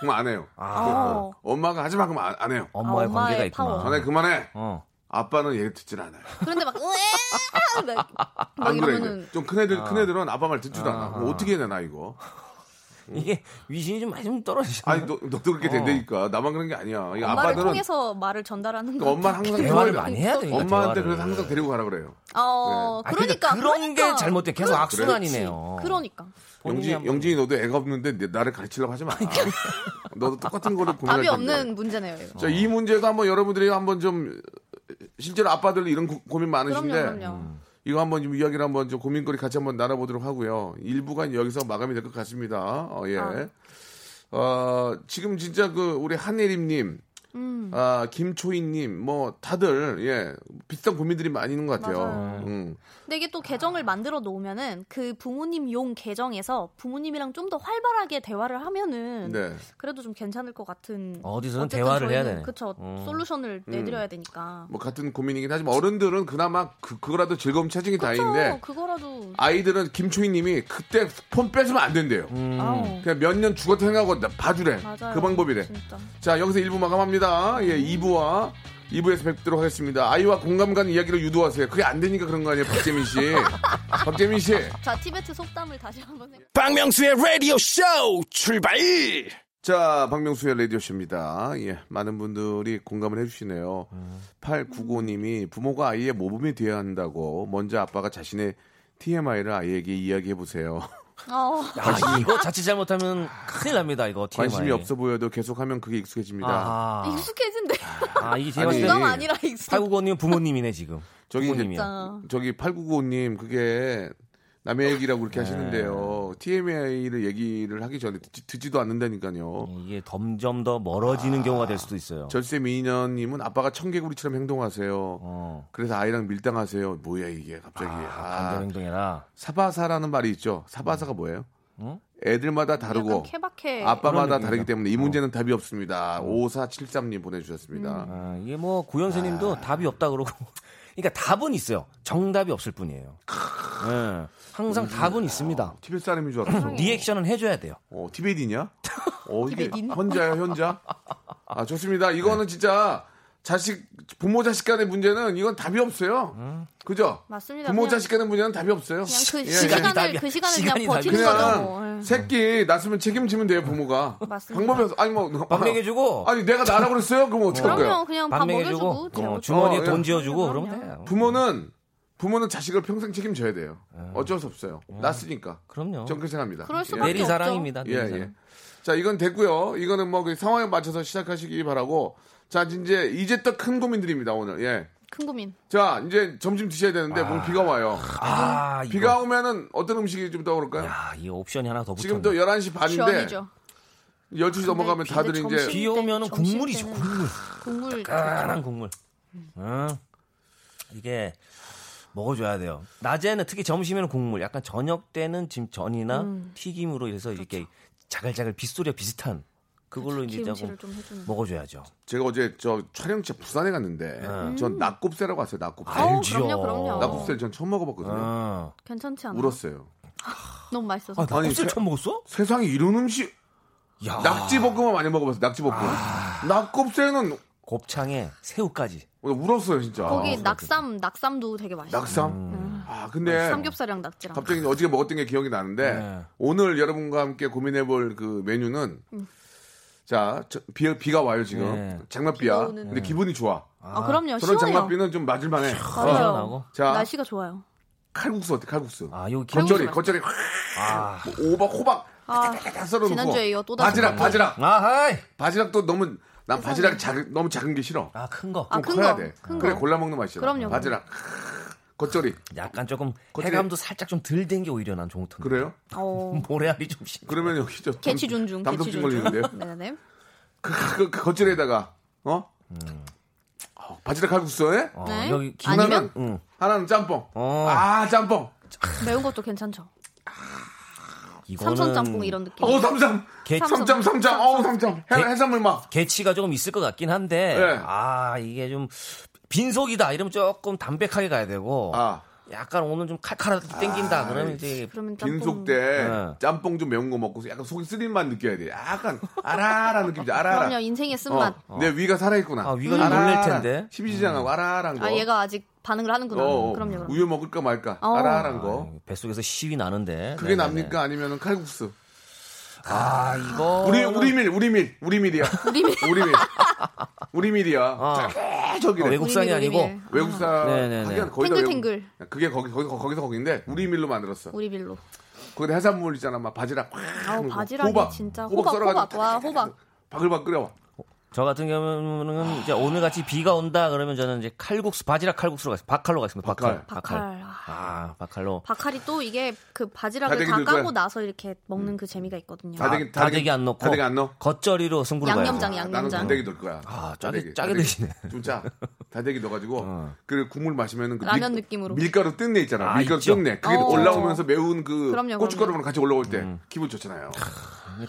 그럼 안 해요. 아. 엄마가 하지 마 그럼 안, 안 해요. 엄마의 아, 엄마의 관계가 있구나. 파워. 전에 그만해. 어. 아빠는 얘 듣진 않아요. 그런데 막 으에 안 막, 막 그래. 이거. 아, 이러면은 좀 큰애들 큰애들은 아빠 말 듣지도 않아. 그럼 어떻게 해야 되나 이거? 이게 위신이 좀 많이 좀 떨어지잖아. 음. 아니 너, 너도 그렇게 된다니까. 나만 그런 게 아니야. 이 엄마를 아빠들은 그러니까 통해서 말을 전달하는 거. 엄마 항상 대화를 그걸- 많이 해야 되니까. 엄마한테 대화를. 그래서 항상 데리고 가라 그래요. 어, 아, 그러니까 그런 그러니까. 게 잘못돼. 계속 악순환이네요. 그러니까. 본인이 영진 한번- 영진이 너도 애가 없는데 내- 나를 가르치려고 하지 마. 너도 똑같은 거를 고민할 답이 텐데. 없는 문제네요. 이거. 자, 이 문제도 한번 여러분들이 한번 좀 실제로 아빠들 이런 고, 고민 그럼요, 많으신데 음. 그럼요. 이거 한번 좀 이야기를 한번 좀 고민거리 같이 한번 나눠보도록 하고요. 일부가 여기서 마감이 될 것 같습니다. 어, 예. 아. 어, 지금 진짜 그 우리 한예림님, 음. 아, 김초희님, 뭐 다들 예 비슷한 고민들이 많이 있는 것 같아요. 맞아요. 음. 근데 이게 또 계정을 만들어 놓으면은 그 부모님 용 계정에서 부모님이랑 좀 더 활발하게 대화를 하면은 네. 그래도 좀 괜찮을 것 같은. 어디서든 어쨌든 대화를 해야 저희는 되네. 그쵸. 솔루션을 내드려야 되니까. 뭐 같은 고민이긴 하지만 어른들은 그나마 그, 그거라도 즐거움 찾은 게 다행인데 그쵸. 그거라도. 아이들은 김초희님이 그때 폰 뺏으면 안 된대요. 아우. 그냥 몇 년 죽었다 생각하고 나 봐주래. 맞아요. 음. 그 방법이래. 진짜. 자, 여기서 1부 마감합니다. 예, 2부와 2부에서 뵙도록 하겠습니다. 아이와 공감 가는 이야기를 유도하세요. 그게 안 되니까 그런 거 아니에요, 박재민 씨. 박재민 씨. 자, 티베트 속담을 다시 한번 해. 박명수의 라디오 쇼 출발 자, 박명수의 라디오쇼입니다. 예, 많은 분들이 공감을 해주시네요. 8995님이 부모가 아이의 모범이 되어야 한다고 먼저 아빠가 자신의 TMI를 아이에게 이야기해보세요. 어. 아, 이거 자칫 잘못하면 큰일 납니다. 이거 TMI. 관심이 없어 보여도 계속하면 그게 익숙해집니다. 아, 어, 익숙해진대. 아 이게 제가 아니, 봤을 이거 때 공감 아니라 익숙. 팔구건님 부모님이네 지금. 저기 이제 부모님이야. 진짜. 저기 8995님 그게 남의 얘기라고 그렇게 네. 하시는데요. TMI를 얘기를 하기 전에 듣지, 도 않는다니까요. 이게 점점 더 멀어지는 경우가 될 수도 있어요. 절세 미녀님은 아빠가 청개구리처럼 행동하세요. 어. 그래서 아이랑 밀당하세요. 뭐야 이게 갑자기. 아, 아, 감 행동해라. 사바사라는 말이 있죠. 음. 사바사가 뭐예요? 애들마다 다르고 약간 케바케. 아빠마다 어? 그런 다르기 느낌이죠. 때문에 이 어. 문제는 답이 없습니다. 5473님 보내주셨습니다. 아, 이게 뭐 구현수님도 답이 없다 그러고. 그러니까 답은 있어요. 정답이 없을 뿐이에요. 예, 항상 답은 있습니다. 티벳 사람인 줄 아. 음. 알았어. 리액션은 해줘야 돼요. 어, 티벳이냐? 어, 이게 티벳인? 현자야, 현자? 아, 좋습니다. 네. 이거는 진짜 자식, 부모 자식 간의 문제는 이건 답이 없어요. 그죠? 맞습니다. 부모 그냥- 자식 간의 문제는 답이 없어요. 그냥 그 예, 시간을 답이야. 그 시간을 시간이 그냥 버티는 답이야. 거죠. 뭐. 그냥 예. 새끼 낳았으면 책임지면 돼요, 부모가. 맞습니다. 방법이 없어. 아니, 뭐. 밥 먹여주고. 아니, 내가 나라 그랬어요? 그럼 어떡할 그럼요. 거예요? 그냥 뭐 밥 밥 먹여주고 먹여주고 어, 재워주고. 주머니에 어, 돈 예. 지어주고 그럼요. 그러면 돼요. 부모는, 부모는 자식을 평생 책임져야 돼요. 네. 어쩔 수 없어요. 낳았으니까. 그럼요. 전 그렇게 생각합니다. 그럴 수밖에 내리 사랑입니다. 예, 예. 자, 이건 됐고요. 이거는 뭐그 상황에 맞춰서 시작하시기 바라고. 자, 이제 이제 딱 큰 고민들입니다, 오늘. 예. 큰 고민. 자, 이제 점심 드셔야 되는데 오늘 비가 와요. 아, 이거. 비가 오면은 어떤 음식이 좀 떠오를까요? 야, 이 옵션이 하나 더 붙었네. 지금 또 11시 반인데 시원이죠. 12시 넘어가면 근데 다들 근데 이제 점심- 비 오면은 점심 국물이죠, 때는- 국물. 국물. 까란 국물. 응. 이게 먹어줘야 돼요. 낮에는 특히 점심에는 국물. 약간 저녁 때는 지금 전이나 음. 튀김으로 해서 이렇게 자글자글 빗소리와 비슷한 그걸로 이제 그렇죠. 기름칠을 조금 좀 해주는. 먹어줘야죠. 제가 어제 저 촬영차 부산에 갔는데 아. 전 낙곱새라고 왔어요. 낙곱새. 아우, 그럼요, 그럼요. 낙곱새 전 처음 먹어봤거든요. 어. 괜찮지 않아? 울었어요. 너무 맛있어서. 아, 아, 아니, 그 낙곱새 제- 처음 먹었어? 세상에 이런 음식 야. 낙지볶음은 많이 먹어봤어요. 낙지볶음. 아. 낙곱새는 곱창에 새우까지. 그렇죠. 울었어요, 진짜. 아, 거기 낙삼, 낙삼도 되게 맛있어. 아, 낙삼? 음. 아, 근데 삼겹살이랑 낙지랑. 갑자기 어저께 먹었던 게 기억이 나는데 네. 오늘 여러분과 함께 고민해볼 그 메뉴는 음. 자 저- 비, 비가 와요 지금 네. 장맛비야. 비가 오는- 근데 기분이 좋아. 아, 그럼요. 저런 시원해요. 장맛비는 좀 맞을만해. 맞아요. 시원하고. 자 날씨가 좋아요. 칼국수 어때? 칼국수. 아, 여기 기... 겉절이 칼국수 아, 겉절이 확뭐 오박 호박 따다다다 썰어놓고 지난주에 이거 또 다시 바지락 먹었네. 바지락 아, 하이. 바지락도 너무 난 바지락 작은 너무 작은 게 싫어. 아, 큰 거. 아, 좀 큰 커야 거, 돼. 큰 그래 거. 골라 먹는 맛이야. 그럼요. 바지락 겉절이 약간 조금 겉에- 해감도 살짝 좀 덜 된 게 오히려 난 좋은 턴. 그래요? 어. 모래알이 좀 심. 그러면 여기 저 개취 존중. 개취 담석증 존중. 걸리는데요. 네네. 그, 그, 그 겉절에다가 어? 어, 바지락 칼국수에 어, 네. 여기 김 아니면 하나는 응. 하나는 짬뽕. 어. 아 짬뽕. 매운 것도 괜찮죠. 이거는- 삼선 짬뽕 이런 느낌. 어, 삼삼. 개- 삼삼, 삼삼. 어, 삼삼. 해- 개- 해산물 막. 개치가 조금 있을 것 같긴 한데 예. 아 이게 좀 빈속이다 이러면 조금 담백하게 가야 되고 아. 약간 오늘 좀 칼칼하게 땡긴다 그러면 이제 그러면 짬뽕. 빈속 때 네. 짬뽕 좀 매운 거 먹고 약간 속이 쓰린 맛 느껴야 돼. 약간 아라라 느낌이지. 아라라. 그럼요 인생의 쓴맛. 어, 내 위가 살아있구나. 아, 위가 좀 아라라. 놀랄 텐데. 음. 십이지장하고 아라란 거. 아 얘가 아직 반응을 하는구나. 어, 어. 그럼요. 그럼. 우유 먹을까 말까. 어. 아라란 어, 거. 뱃속에서 시위 나는데 그게 네네네. 납니까? 아니면 칼국수? 아 이거 어, 우리, 우리 밀, 우리 밀, 우리 밀이야. 우리 밀. 우리 밀. 우리 밀이야. 아. 저기래. 외국산이 우리 밀, 우리 아니고 밀. 외국사 네네네. 하긴 거의 다 탱글탱글. 외국- 그게 거기 거기 거기서 거기인데 우리 밀로 만들었어. 우리 빌로. 거기다 해산물 있잖아, 막 바지락 확. 아우 넣고 바지락이 호박, 진짜 호박 호박 썰어가지고 호박 와 호박. 바글바글 끓여와. 저 같은 경우는 이제 오늘 같이 비가 온다 그러면 저는 이제 칼국수 바지락 칼국수로 가겠습니다. 박칼로 가겠습니다. 박칼. 박칼. 아, 아 박칼로. 박칼이 또 이게 그 바지락을 다대기 다 넣을 거야? 까고 나서 이렇게 먹는 그 재미가 있거든요. 다대기 아, 다대기 안 넣고 다대기 안 넣어. 겉절이로 승부를 봐요. 양념장, 아, 나는 양념장. 다대기 넣을 거야. 아, 짜게- 다대기, 짜게 다대기. 드시네. 좀 짜. 다대기 넣어가지고 그리고 국물 마시면은 그 라면 느낌으로. 밀가루 뜬내 있잖아. 아, 밀가루 있죠. 뜬내. 그게 어. 올라오면서 매운 그 그럼요, 고춧가루랑 같이 올라올 때 음. 기분 좋잖아요.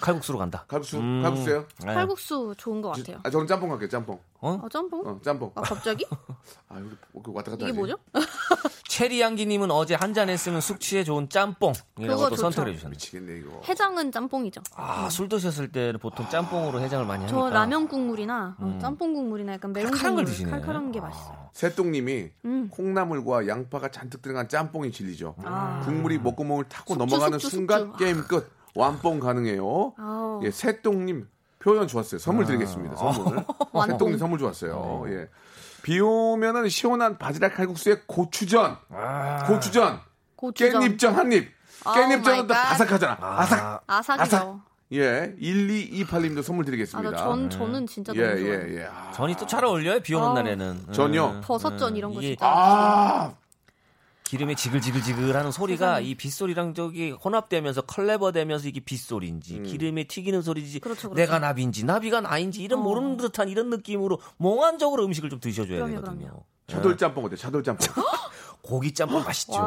칼국수로 간다. 칼국수, 칼국수예요? 네. 칼국수 좋은 것 음. 같아요. 아, 저는 짬뽕 갈게요. 짬뽕. 어 짬뽕? 어, 짬뽕. 아 갑자기? 아, 여기 왔다 갔다. 이게 하지. 뭐죠? 체리 향기님은 어제 한 잔 했으면 숙취에 좋은 짬뽕이라고 그거 또 좋죠. 선택해 을 주셨네요. 미치겠네 이거. 해장은 짬뽕이죠. 아술 드셨을 때는 보통 짬뽕으로 해장을 많이 하니까. 저 라면 국물이나 어, 짬뽕 국물이나 약간 매운 칼칼한 걸 국물 드시네. 칼칼한 게 맛있어요. 새똥님이 음. 콩나물과 양파가 잔뜩 들어간 짬뽕이 진리죠. 국물이 목구멍을 타고 아. 숙주, 넘어가는 숙주, 순간 숙주. 게임 끝. 완뽕 가능해요. 아우. 아. 예, 새똥님 표현 좋았어요. 선물 드리겠습니다. 선물. 새똥님 선물 네. 좋았어요. 예. 비 오면은 시원한 바지락 칼국수에 고추전, 아, 아, 고추전, 아. 고추전. 깻잎전 한 입. Oh 깻잎전은 my 또 God. 바삭하잖아. 아삭. 아삭이죠. 예, 1228님도 선물 아, 드리겠습니다. 나 전, 저는 진짜 예, 너무 좋아요. 예, 예. 아, 전이 또 잘 어울려요 비 오는 아. 날에는. 전요? 음, 버섯전 음, 이런 거 이게 진짜. 아, 기름에 지글지글지글하는 소리가 이 빗소리랑 저기 혼합되면서 컬래버되면서 이게 음. 빗소리인지 기름에 튀기는 소리인지 그렇죠, 어. 그렇죠. 내가 나비인지 나비가 나인지 이런 모르는 듯한 이런 느낌으로 몽환적으로 음식을 좀 드셔줘야 그럼요, 되거든요. 차돌짬뽕 어때? 차돌짬뽕. 고기 짬뽕 맛있죠.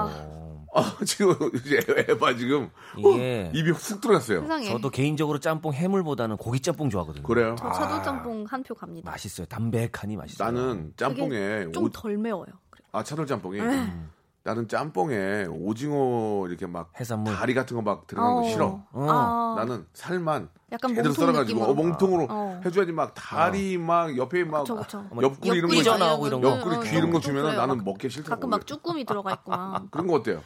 아, 지금 이제 에바 지금 이게- 어, 입이 훅 들어갔어요. 세상에. 저도 개인적으로 짬뽕 해물보다는 고기 짬뽕 좋아하거든요. 아, 그래요? 저 차돌짬뽕 한 표 갑니다. 맛있어요. 담백하니 맛있어요. 나는 그게 짬뽕에 오, 좀 네. 덜 매워요. 그래. 아 차돌 짬뽕이 음. 나는 짬뽕에 오징어 이렇게 막 해산물. 다리 같은 거 막 들어가는 거 어. 싫어. 어. 아, 나는 살만 약간 제대로 몸통 썰어가지고 느낌으로. 어, 몸통으로 어. 해줘야지 막 다리 막 옆에 막 그쵸, 그쵸. 옆구리 이런 거 어. 옆구리 있잖아. 튀어나오고 이런 거. 거. 옆구리 어, 귀 이런 거 좀 주면 그래요. 나는 먹기 싫다고. 가끔 막 쭈꾸미 들어가 있고 막. 그런 거 어때요?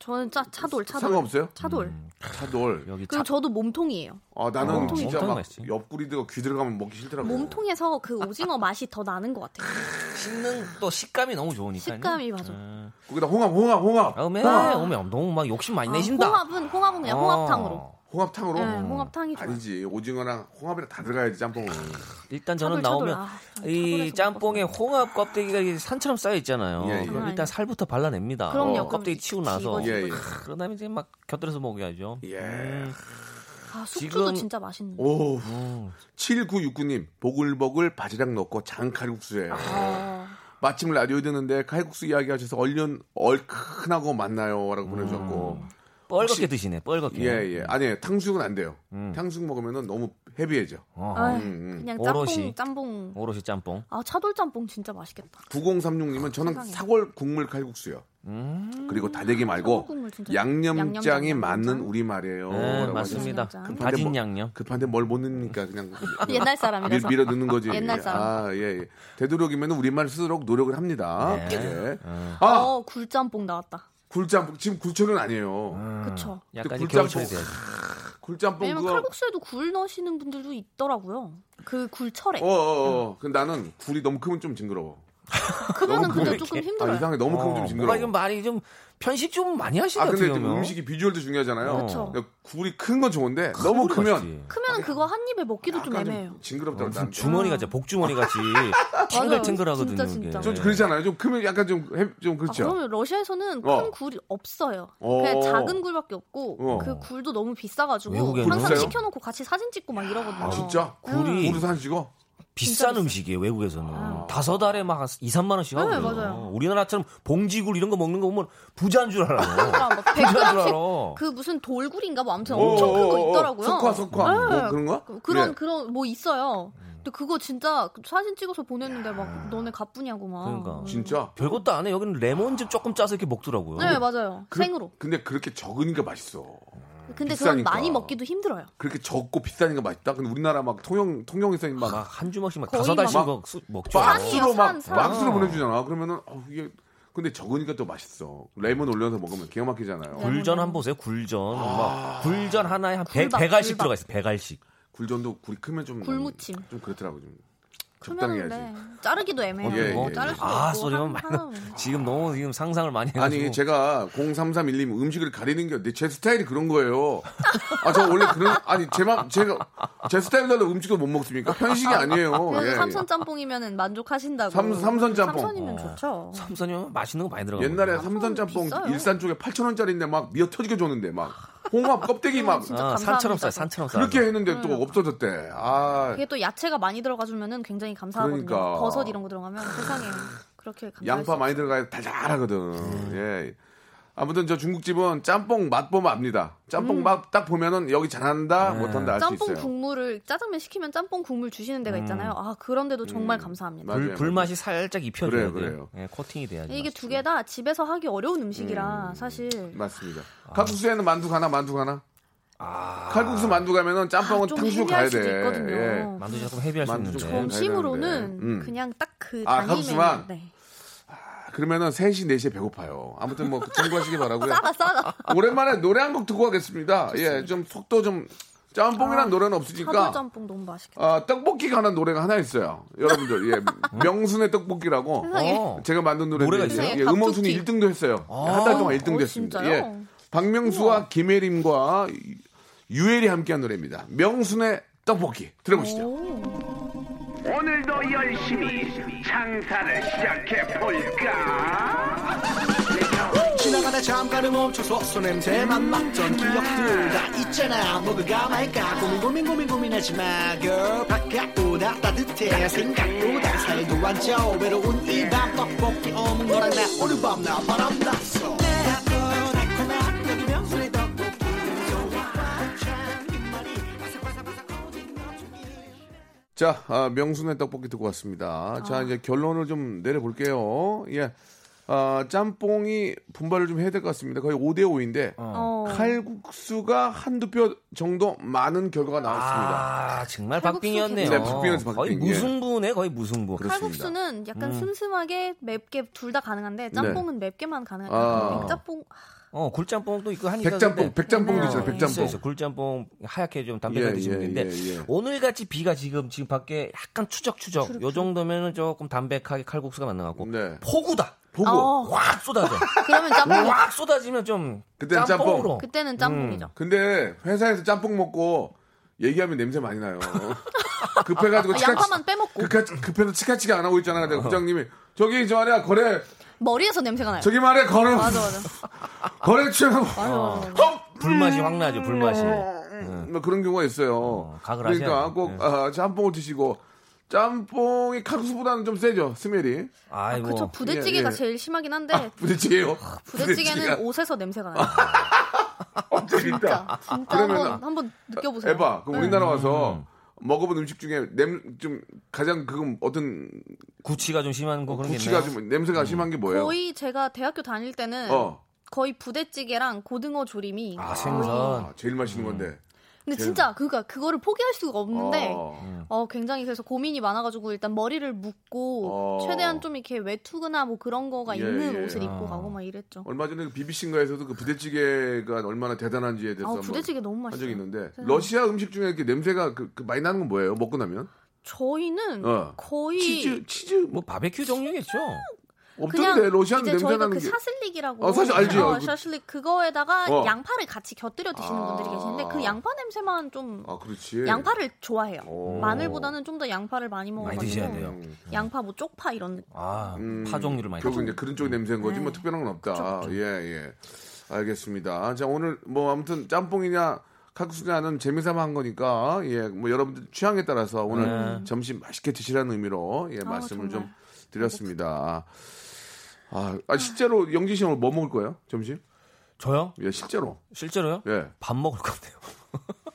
저는 짜, 차돌, 차돌. 상관없어요? 음. 차돌. 차돌. 여기 그리고 자, 저도 몸통이에요. 아 나는 몸통이 진짜 몸통 막 어, 맛있지. 옆구리 들어가 귀 들어가면 먹기 싫더라고. 몸통에서 그 오징어 맛이 더 나는 것 같아요. 씹는 또 식감이 너무 좋으니까. 식감이 맞아. 음. 그 거기다 홍합, 홍합, 홍합. 네. 아, 다음에 오메 너무 막 욕심 많이 내신다. 아, 홍합은, 홍합은 그냥 홍합탕으로. 어, 홍합탕으로. 네, 홍합탕이 좋아요. 아, 아니지 오징어랑 홍합이랑 다 들어가야지 짬뽕은 일단 저는 차돌, 차돌. 나오면 아, 차돌, 이 차돌에서 짬뽕에 홍합 껍데기가 이게 산처럼 쌓여 있잖아요. 예, 예. 그럼 일단 살부터 발라냅니다. 그러니까. 그럼요. 어, 껍데기 치우고 그럼 나서 예, 예. 그다음에 이제 막 곁들여서 먹어야죠. 예. 음. 아, 숙주도 지금- 진짜 맛있는데. 오 음. 7969님 보글보글 바지락 넣고 장칼국수예요 아. 마침 라디오 듣는데 칼국수 이야기하셔서 얼른 얼큰하고 만나요라고 음. 보내주셨고 뻘겋게 드시네. 뻘겋게. 예예 아니 탕수육은 안 돼요 음. 탕수육 먹으면 너무 헤비해져 아유, 음, 음. 그냥 오롯이. 짬뽕, 짬뽕. 오롯이 짬뽕. 아, 차돌 짬뽕 진짜 맛있겠다. 9036님은 저는 세상에. 사골 국물 칼국수요 그리고 다대기 말고 사골 국물 진짜- 양념장이 양념장, 맞는 양념장. 우리말이에요 네, 라고 맞습니다. 양념장. 뭐 다진 양념. 급한데 뭘 못 넣으니까 그냥 옛날 사람이라서. 아, 밀, 밀어 넣는 거지. 옛날 사람. 아, 예, 예. 되도록이면 우리말 쓰도록 노력을 합니다. 네. 예. 아, 어, 굴짬뽕 나왔다. 굴짬뽕 지금 굴초는 아니에요. 음. 그쵸. 약간 그 겨울철에 굴짬뽕. 돼야지. 굴짬뽕 왜냐면 그거 칼국수에도 굴 넣으시는 분들도 있더라고요. 그 굴철에. 어, 어, 어. 그 나는 굴이 너무 크면 좀 징그러워. 크면은 너무 근데 그렇게- 조금 아, 힘들어요. 이상해. 너무 크면 좀 뭔가 징그러워. 그러니까 좀 많이 좀 편식 좀 많이 하시네요. 아, 근데 어떻게 지금 보면. 음식이 비주얼도 중요하잖아요. 그쵸. 그러니까 굴이 큰 건 좋은데 너무 뻘겋지. 크면 크면은 그거 한 입에 먹기도 좀 약간 아, 좀 애매해요. 징그럽다고 무슨 나는. 주머니 같이 복주머니 같이 탱글탱글하거든요. 진짜, 진짜. 이게. 좀 그러잖아요. 좀 크면 약간 좀, 해- 좀 그렇죠. 아, 그러면 러시아에서는 어. 큰 굴이 없어요. 어. 그냥 작은 굴밖에 없고 어. 그 굴도 너무 비싸가지고 외국에는 항상 그래요? 시켜놓고 같이 사진 찍고 막 아, 이러거든요. 네. 아, 진짜? 굴이 굴을 사시고? 비싼 음식이에요, 외국에서는. 다섯 알에 막 2, 3만 원씩 하고. 아. 네, 그래요. 맞아요. 우리나라처럼 봉지굴 이런 거 먹는 거 보면 부자인 줄 알아요. 막 100g씩 알아. 그 무슨 돌굴인가 뭐 어, 아무튼 엄청 큰 거 있더라고요. 석화, 석화. 네. 뭐 그런 거? 그런 예. 음. 그런 뭐 있어요. 근데 그거 진짜 사진 찍어서 보냈는데 막 너네 가쁘냐고 막. 그러니까. 진짜? 별것도 안 해. 여기는 레몬즙 조금 짜서 이렇게 먹더라고요. 아. 네 맞아요. 그- 생으로. 근데 그렇게 적으니까 맛있어. 근데 그건 비싸니까. 많이 먹기도 힘들어요. 그렇게 적고 비싸니까 맛있다. 근데 우리나라 막 통영 통영에서 막 막 한 주먹씩 막 거의 다섯 알씩 막- 먹- 수- 먹죠. 빵이에요. 박스로 막 산, 산. 박스로 보내주잖아. 그러면은 어, 이게 근데 적으니까 또 맛있어. 레몬 올려서 먹으면 기가 막히잖아요. 네. 굴전 한 번 보세요. 굴전. 막 굴전 하나에 한 백, 아. 굴밥, 백 알씩 굴밥. 들어가 있어요. 백 알씩. 굴전도 굴이 크면 좀 굴무침. 좀 그렇더라고 좀 적당히 그러면 해야지. 네. 자르기도 애매해요. 예, 뭐 예. 자를 수도 아, 있고, 소리만 한- 많이 하나만. 나. 지금 너무 지금 상상을 많이 해가지고. 아니 제가 0331님 음식을 가리는 게 제 스타일이 그런 거예요. 아 저 원래 그런 아니 제맘 제가 제 스타일대로 음식을 못 먹습니까? 편식이 아니에요. 그래서 예, 예. 삼선 짬뽕이면 만족하신다고. 삼- 삼선 짬뽕. 이면 어. 좋죠. 삼선이면 맛있는 거 많이 들어가. 옛날에 삼선 삼선 짬뽕 아, 비싸요. 일산 쪽에 8,000원짜리인데 막 미어 터지게 줬는데 막 홍합 껍데기 막 진짜 아, 감사합니다. 음. 산처럼 싸요. 산처럼 싸요. 그렇게 했는데 또 없어졌대. 아 그게 또 야채가 많이 들어가주면은 굉장히 감사하거든요. 그러니까. 버섯 이런 거 들어가면 세상에 그렇게 음. 감사할 양파 수 많이 들어가야 달달하거든. 예. 아무튼 저 중국집은 짬뽕 맛 보면 압니다. 짬뽕 맛 딱 보면은 여기 잘한다 네. 못한다 알 수 음. 짬뽕 있어요. 국물을 짜장면 시키면 짬뽕 국물 주시는 음. 데가 있잖아요. 아 그런데도 정말 감사합니다. 음. 맞아요, 불, 맞아요. 불맛이 살짝 입혀줘야 그래요, 그래요. 돼요. 예, 코팅이 돼야지. 이게 맛있어요. 두 개 다 집에서 하기 어려운 음식이라 사실 맞습니다. 아. 칼국수에는 만두 가나 만두 가나. 칼국수 만두 가면은 짬뽕은 아, 좀 탕수육 헤비할 가야 돼. 수도 있거든요. 예. 만두 조금 헤비할 수 만두 좀 있는데. 좀- 점심으로는 음. 그냥 딱 그 아, 단위면 칼국수만? 네. 아, 그러면은 3시 4시에 배고파요. 아무튼 뭐 참고하시기 바라고요. 싸다 싸다. 오랜만에 노래 한 곡 듣고 가겠습니다. 예, 좀 속도 좀 아, 짬뽕이란 노래는 없으니까 차돌 짬뽕 너무 맛있겠다. 아, 떡볶이가 하는 노래가 하나 있어요. 여러분들, 예, 명순의 떡볶이라고. 세상에. 어. 제가 만든 노래 노래가 있어요? 아. 예, 음원 순위 갑툭튀. 1등도 했어요. 한 달 동안 1등 어, 됐습니다. 진짜요? 예. 박명수와 김혜림과 유- 유엘이 함께한 노래입니다. 명순의 떡볶이 들어보시죠. 오늘도 열심히 장사를 시작해 볼까? 지나가다 잠깐은 멈춰서 손냄새만 맡던 기억들 다 있잖아 먹을까 말까 고민 고민 고민 고민하지 마 girl 바깥보다 따뜻해 생각보다 살도 안 쪄 외로운 이 밤 떡볶이 없는 거랑 나 오늘 밤 나 바람났어 내 앞으로 달콤한 여기 명수의 떡볶이 좋아 참 입맛이 바삭바삭바삭 어딘 너중이 자, 아, 명순의 떡볶이 듣고 왔습니다. 아. 자, 이제 결론을 좀 내려볼게요. 예. 아, 짬뽕이 분발을 좀 해야 될 것 같습니다. 거의 5대5인데, 어. 칼국수가 한두 뼈 정도 많은 결과가 나왔습니다. 아, 정말 칼국수 박빙이었네요. 네, 박빙이었어요, 박빙. 거의 예. 무승부네, 거의 무승부. 칼국수는 약간 음. 슴슴하게 맵게 둘 다 가능한데 짬뽕은 맵게만 네. 아. 가능해요. 백짬뽕 어, 굴짬뽕도 있고 하니까. 백짬뽕, 백짬뽕도 있잖아요, 네, 백짬뽕. 있어요, 있어요. 굴짬뽕 하얗게 좀 담배 예, 같은 시 예, 분인데 예, 예. 오늘같이 비가 지금 지금 밖에 약간 추적추적 요 정도면은 조금 담백하게 칼국수가 만나갖고 네. 폭우다. 보고. 어. 확 쏟아져. 그러면 짬뽕 확 쏟아지면 좀 그때는 짬뽕. 짬뽕으로. 음. 그때는 짬뽕이죠. 음. 근데 회사에서 짬뽕 먹고 얘기하면 냄새 많이 나요. 급해가지고 아, 치카- 양파만 빼먹고 급해, 급해서 치카치카 안 하고 있잖아. 근데 부장님이 저기 저 말이야 거래 머리에서 냄새가 아. 나요. 저기 말이야 거래 맞아 맞아. 거래 취하고 아. 불맛이 확 나죠, 불맛이. 뭐 그런 경우가 있어요. 각을 그러니까 하셔야 꼭 돼요. 예. 아, 짬뽕을 드시고 짬뽕이 칼국수보다는 좀 세죠 스멜이 아이고. 그쵸 부대찌개가 예, 예. 제일 심하긴 한데 부대찌개요. 아, 부대찌개는 옷에서 냄새가 나요. 엄청 있다. 그러니까. 진짜 진짜 아, 그러면 한번 한번 느껴보세요. 에바 네. 그럼 우리나라 와서 먹어본 음식 중에 냄 좀 가장 그건 어떤 구취가 좀 심한 뭐 거뭐 그런 게 있나요? 음. 구치가 좀 냄새가 심한 게 뭐예요? 거의 제가 대학교 다닐 때는 어. 거의 부대찌개랑 고등어 조림이 아, 생선. 음. 아, 제일 맛있는 건데. 근데 진짜 그러니까 그니까 그거를 포기할 수가 없는데 어. 어 굉장히 그래서 고민이 많아가지고 일단 머리를 묶고 어. 최대한 좀 이렇게 외투나 뭐 그런 거가 예, 있는 예. 옷을 아. 입고 가고 막 이랬죠. 얼마 전에 그 BBC인가에서도 그 부대찌개가 얼마나 대단한지에 대해서 아 한번 부대찌개 너무 한 맛있어. 적이 요 네. 있는데 러시아 음식 중에 이렇게 냄새가 그, 그 많이 나는 건 뭐예요? 먹고 나면 저희는 어. 거의 치즈 치즈 뭐 뭐 바베큐 종류겠죠. 네, 없던데 러시아 이제 냄새 저희가 나는 그 게 샤슬릭이라고 어, 사실 알지. 어, 그- 샤슬릭 그거에다가 어. 양파를 같이 곁들여 드시는 아. 분들이 계시는데 그 양파 냄새만 좀 아, 그렇지. 양파를 좋아해요. 오. 마늘보다는 좀 더 양파를 많이 많이 먹어가지고 드셔야 돼요. 음, 양파 뭐 쪽파 이런 느낌. 아, 음, 파 종류를 많이 결국 드세요. 이제 그런 네. 쪽 냄새인 거지 뭐 특별한 건 없다. 예, 예. 알겠습니다. 자, 오늘 뭐 아무튼 짬뽕이냐 칼국수냐는 재미삼아 한 거니까 예 뭐 여러분들 취향에 따라서 오늘 네. 점심 맛있게 드시라는 의미로 아, 예 말씀을 좀 드렸습니다. 아, 아, 실제로 영진 씨 오늘 뭐 먹을 거예요 점심? 저요? 예 실제로 실제로요? 예 밥 먹을 건데요.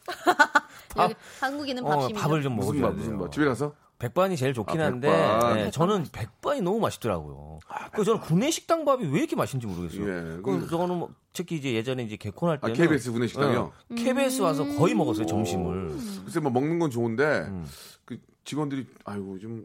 밥. 여기 한국인은 아. 어, 밥심이 밥을 좀 무슨 먹어줘야 밥 돼요. 무슨 밥 집에 가서 백반이 제일 좋긴 아, 한데 백반. 아, 네, 저는 백반이 너무 맛있더라고요. 그 저는 구내 식당 밥이 왜 이렇게 맛있는지 모르겠어요. 예, 그 그- 저거는 뭐 특히 이제 예전에 이제 개콘 할 아, 때는 KBS 군내 식당이요. 예, KBS 와서 거의 먹었어요 점심을. 글쎄 뭐 먹는 건 좋은데 음. 그 직원들이 아이고 좀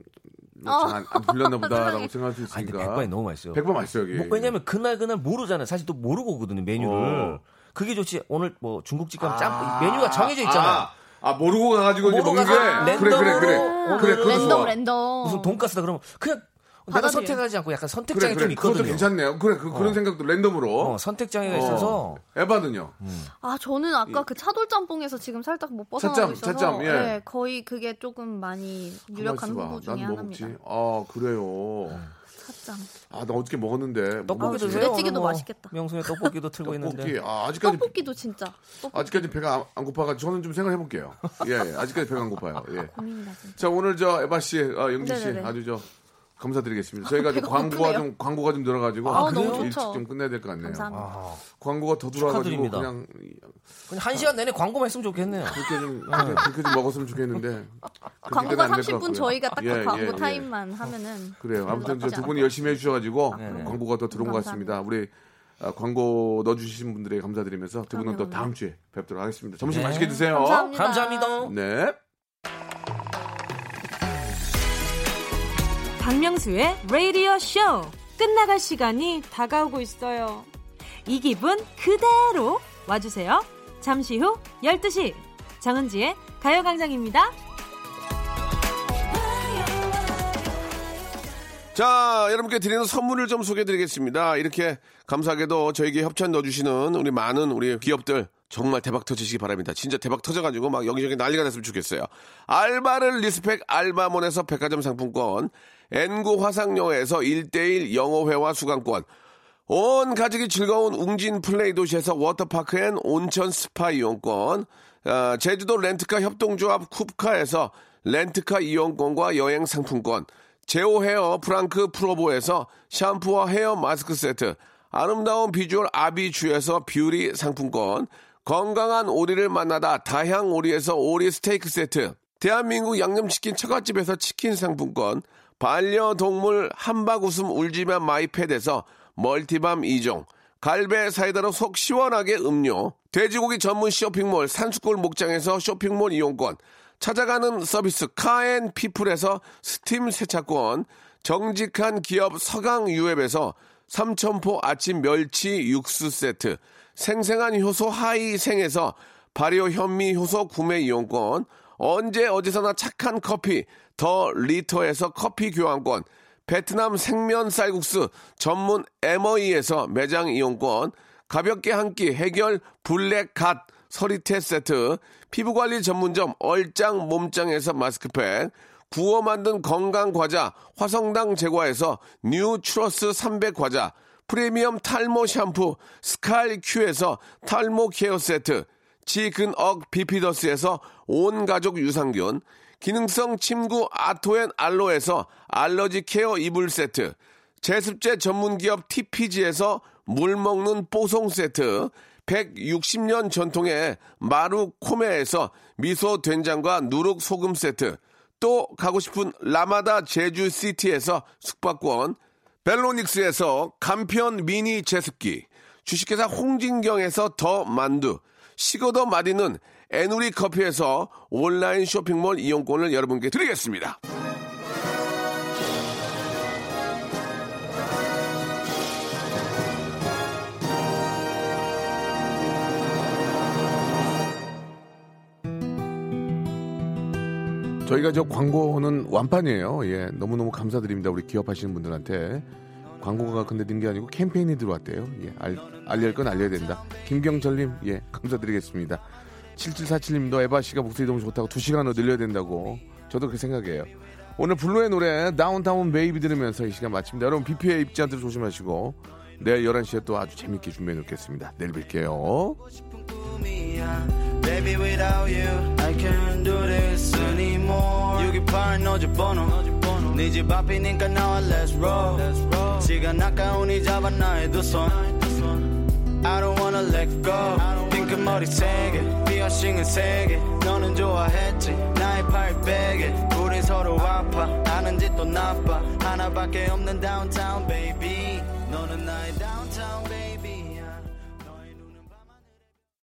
어. 잘안 안 불렸나 보다라고 생각할 수 아니, 근데 있으니까. 백반이 너무 맛있어요. 백반 맛있어요 여기. 뭐, 왜냐면 그날 그날 모르잖아요. 사실 또 모르고 오거든요 메뉴를. 어. 그게 좋지. 오늘 뭐 중국집 가면 짬 메뉴가 정해져 있잖아. 아, 아, 모르고 가가지고 이제 모르고 먹는 게 가서 그래 그래 그래 랜덤으로 그래 그거 랜덤 좋아. 랜덤. 무슨 돈가스다 그러면 그냥 내가 받아들여요. 선택하지 않고 약간 선택장이 그래 그래 좀 그것도 있거든요. 괜찮네요. 그래 그, 그런 생각도 랜덤으로. 어, 선택장애가 있어서 음. 에바는요. 아 저는 아까 그 차돌짬뽕에서 지금 살짝 못 찻짬, 벗어나고 있어서 찻짬, 예. 네, 거의 그게 조금 많이 유력한 가만 후보 있어봐. 중에 난 하나입니다. 먹지. 아 그래요. 찻짬. 아 나 어저께 먹었는데 떡볶이 아, 드세요. 부대찌개도 오늘 뭐 맛있겠다. 명수의 떡볶이도 틀고 떡볶이. 있는데 아 아직까지 떡볶이도 진짜. 떡볶이 아직까지 배가 안, 안 고파가지고 저는 좀 생각해 볼게요. 예, 예. 아직까지 배가 안 고파요. 예. 고민이다 진짜. 자 오늘 저 에바 씨, 아, 영진 씨 네네네. 아주 저 감사드리겠습니다. 저희가 좀 배가 광고가 고프네요. 좀 광고가 좀 들어가지고 아, 너무 좋죠. 일찍 좀 끝내야 될 것 같네요. 감사합니다. 광고가 더 들어와가지고 축하드립니다. 그냥 아, 그냥 한 시간 내내 광고만 했으면 좋겠네요. 그렇게 좀 그렇게, 그렇게 좀 먹었으면 좋겠는데 광고가 안될것 30분 같고요. 저희가 딱 그 예, 광고 예, 예. 타임만 하면은 그래요. 아무튼 나쁘지 저두 분이 않을 열심히 해주셔가지고 네네. 광고가 더 들어온 것 같습니다. 우리 아, 광고 넣어주신 분들에게 감사드리면서 두 분은 또 그럼요. 다음 주에 뵙도록 하겠습니다. 점심 네. 맛있게 드세요. 감사합니다. 감사합니다. 네. 박명수의 라디오 쇼 끝나갈 시간이 다가오고 있어요. 이 기분 그대로 와주세요. 잠시 후 12시 정은지의 가요광장입니다. 자, 여러분께 드리는 선물을 좀 소개드리겠습니다. 이렇게 감사하게도 저에게 협찬 넣어주시는 우리 많은 우리 기업들 정말 대박 터지시기 바랍니다. 진짜 대박 터져가지고 막 여기저기 난리가 났으면 좋겠어요. 알바를 리스펙 알바몬에서 백화점 상품권, N구 화상영어에서 1대1 영어회화 수강권, 온 가족이 즐거운 웅진 플레이 도시에서 워터파크 앤 온천 스파 이용권, 아, 제주도 렌트카 협동조합 쿱카에서 렌트카 이용권과 여행 상품권, 제오 헤어 프랑크 프로보에서 샴푸와 헤어 마스크 세트, 아름다운 비주얼 아비주에서 뷰리 상품권, 건강한 오리를 만나다 다향 오리에서 오리 스테이크 세트, 대한민국 양념치킨 처갓집에서 치킨 상품권, 반려동물 한박 웃음 울지마 마이패드에서 멀티밤 2종, 갈배 사이다로 속 시원하게 음료, 돼지고기 전문 쇼핑몰 산수골 목장에서 쇼핑몰 이용권, 찾아가는 서비스 카앤피플에서 스팀 세차권, 정직한 기업 서강유앱에서 삼천포 아침 멸치 육수 세트, 생생한 효소 하이생에서 발효 현미 효소 구매 이용권, 언제 어디서나 착한 커피 더 리터에서 커피 교환권, 베트남 생면 쌀국수 전문 에머이에서 매장 이용권, 가볍게 한 끼 해결 블랙 갓 서리태 세트, 피부관리 전문점 얼짱 몸짱에서 마스크팩, 구워 만든 건강 과자 화성당 제과에서 뉴 트러스 300 과자, 프리미엄 탈모 샴푸 스칼 큐에서 탈모 케어 세트, 지근억 비피더스에서 온 가족 유산균, 기능성 침구 아토앤 알로에서 알러지 케어 이불 세트, 제습제 전문 기업 TPG에서 물 먹는 뽀송 세트, 160년 전통의 마루 코메에서 미소 된장과 누룩 소금 세트, 또 가고 싶은 라마다 제주 시티에서 숙박권, 벨로닉스에서 간편 미니 제습기, 주식회사 홍진경에서 더 만두, 식어도 맛있는 에누리 커피에서 온라인 쇼핑몰 이용권을 여러분께 드리겠습니다. 저희가 저 광고는 완판이에요. 예, 너무너무 감사드립니다. 우리 기업 하시는 분들한테. 광고가 근데 는 게 아니고 캠페인이 들어왔대요. 예, 알, 알릴 건 알려야 된다. 김경철님, 예, 감사드리겠습니다. 7747님도 에바 씨가 목소리 너무 좋다고 2시간으로 늘려야 된다고. 저도 그렇게 생각해요. 오늘 블루의 노래 다운타운 베이비 들으면서 이 시간 마칩니다. 여러분 비 피해 입지 않도록 조심하시고 내일 11시에 또 아주 재밌게 준비해 놓겠습니다. 내일 뵐게요. 꿈이야 내 baby without you I can't do this anymore 여기 파인 너집 번호 네집 앞이니까 나와 let's roll 시간 아까우니 잡아 나의 두손 I don't wanna let go 핑크 머리 세개 피어싱은 세개 너는 좋아했지 나의 팔베개 우린 서로 아파 아는 짓도 나빠 하나밖에 없는 downtown baby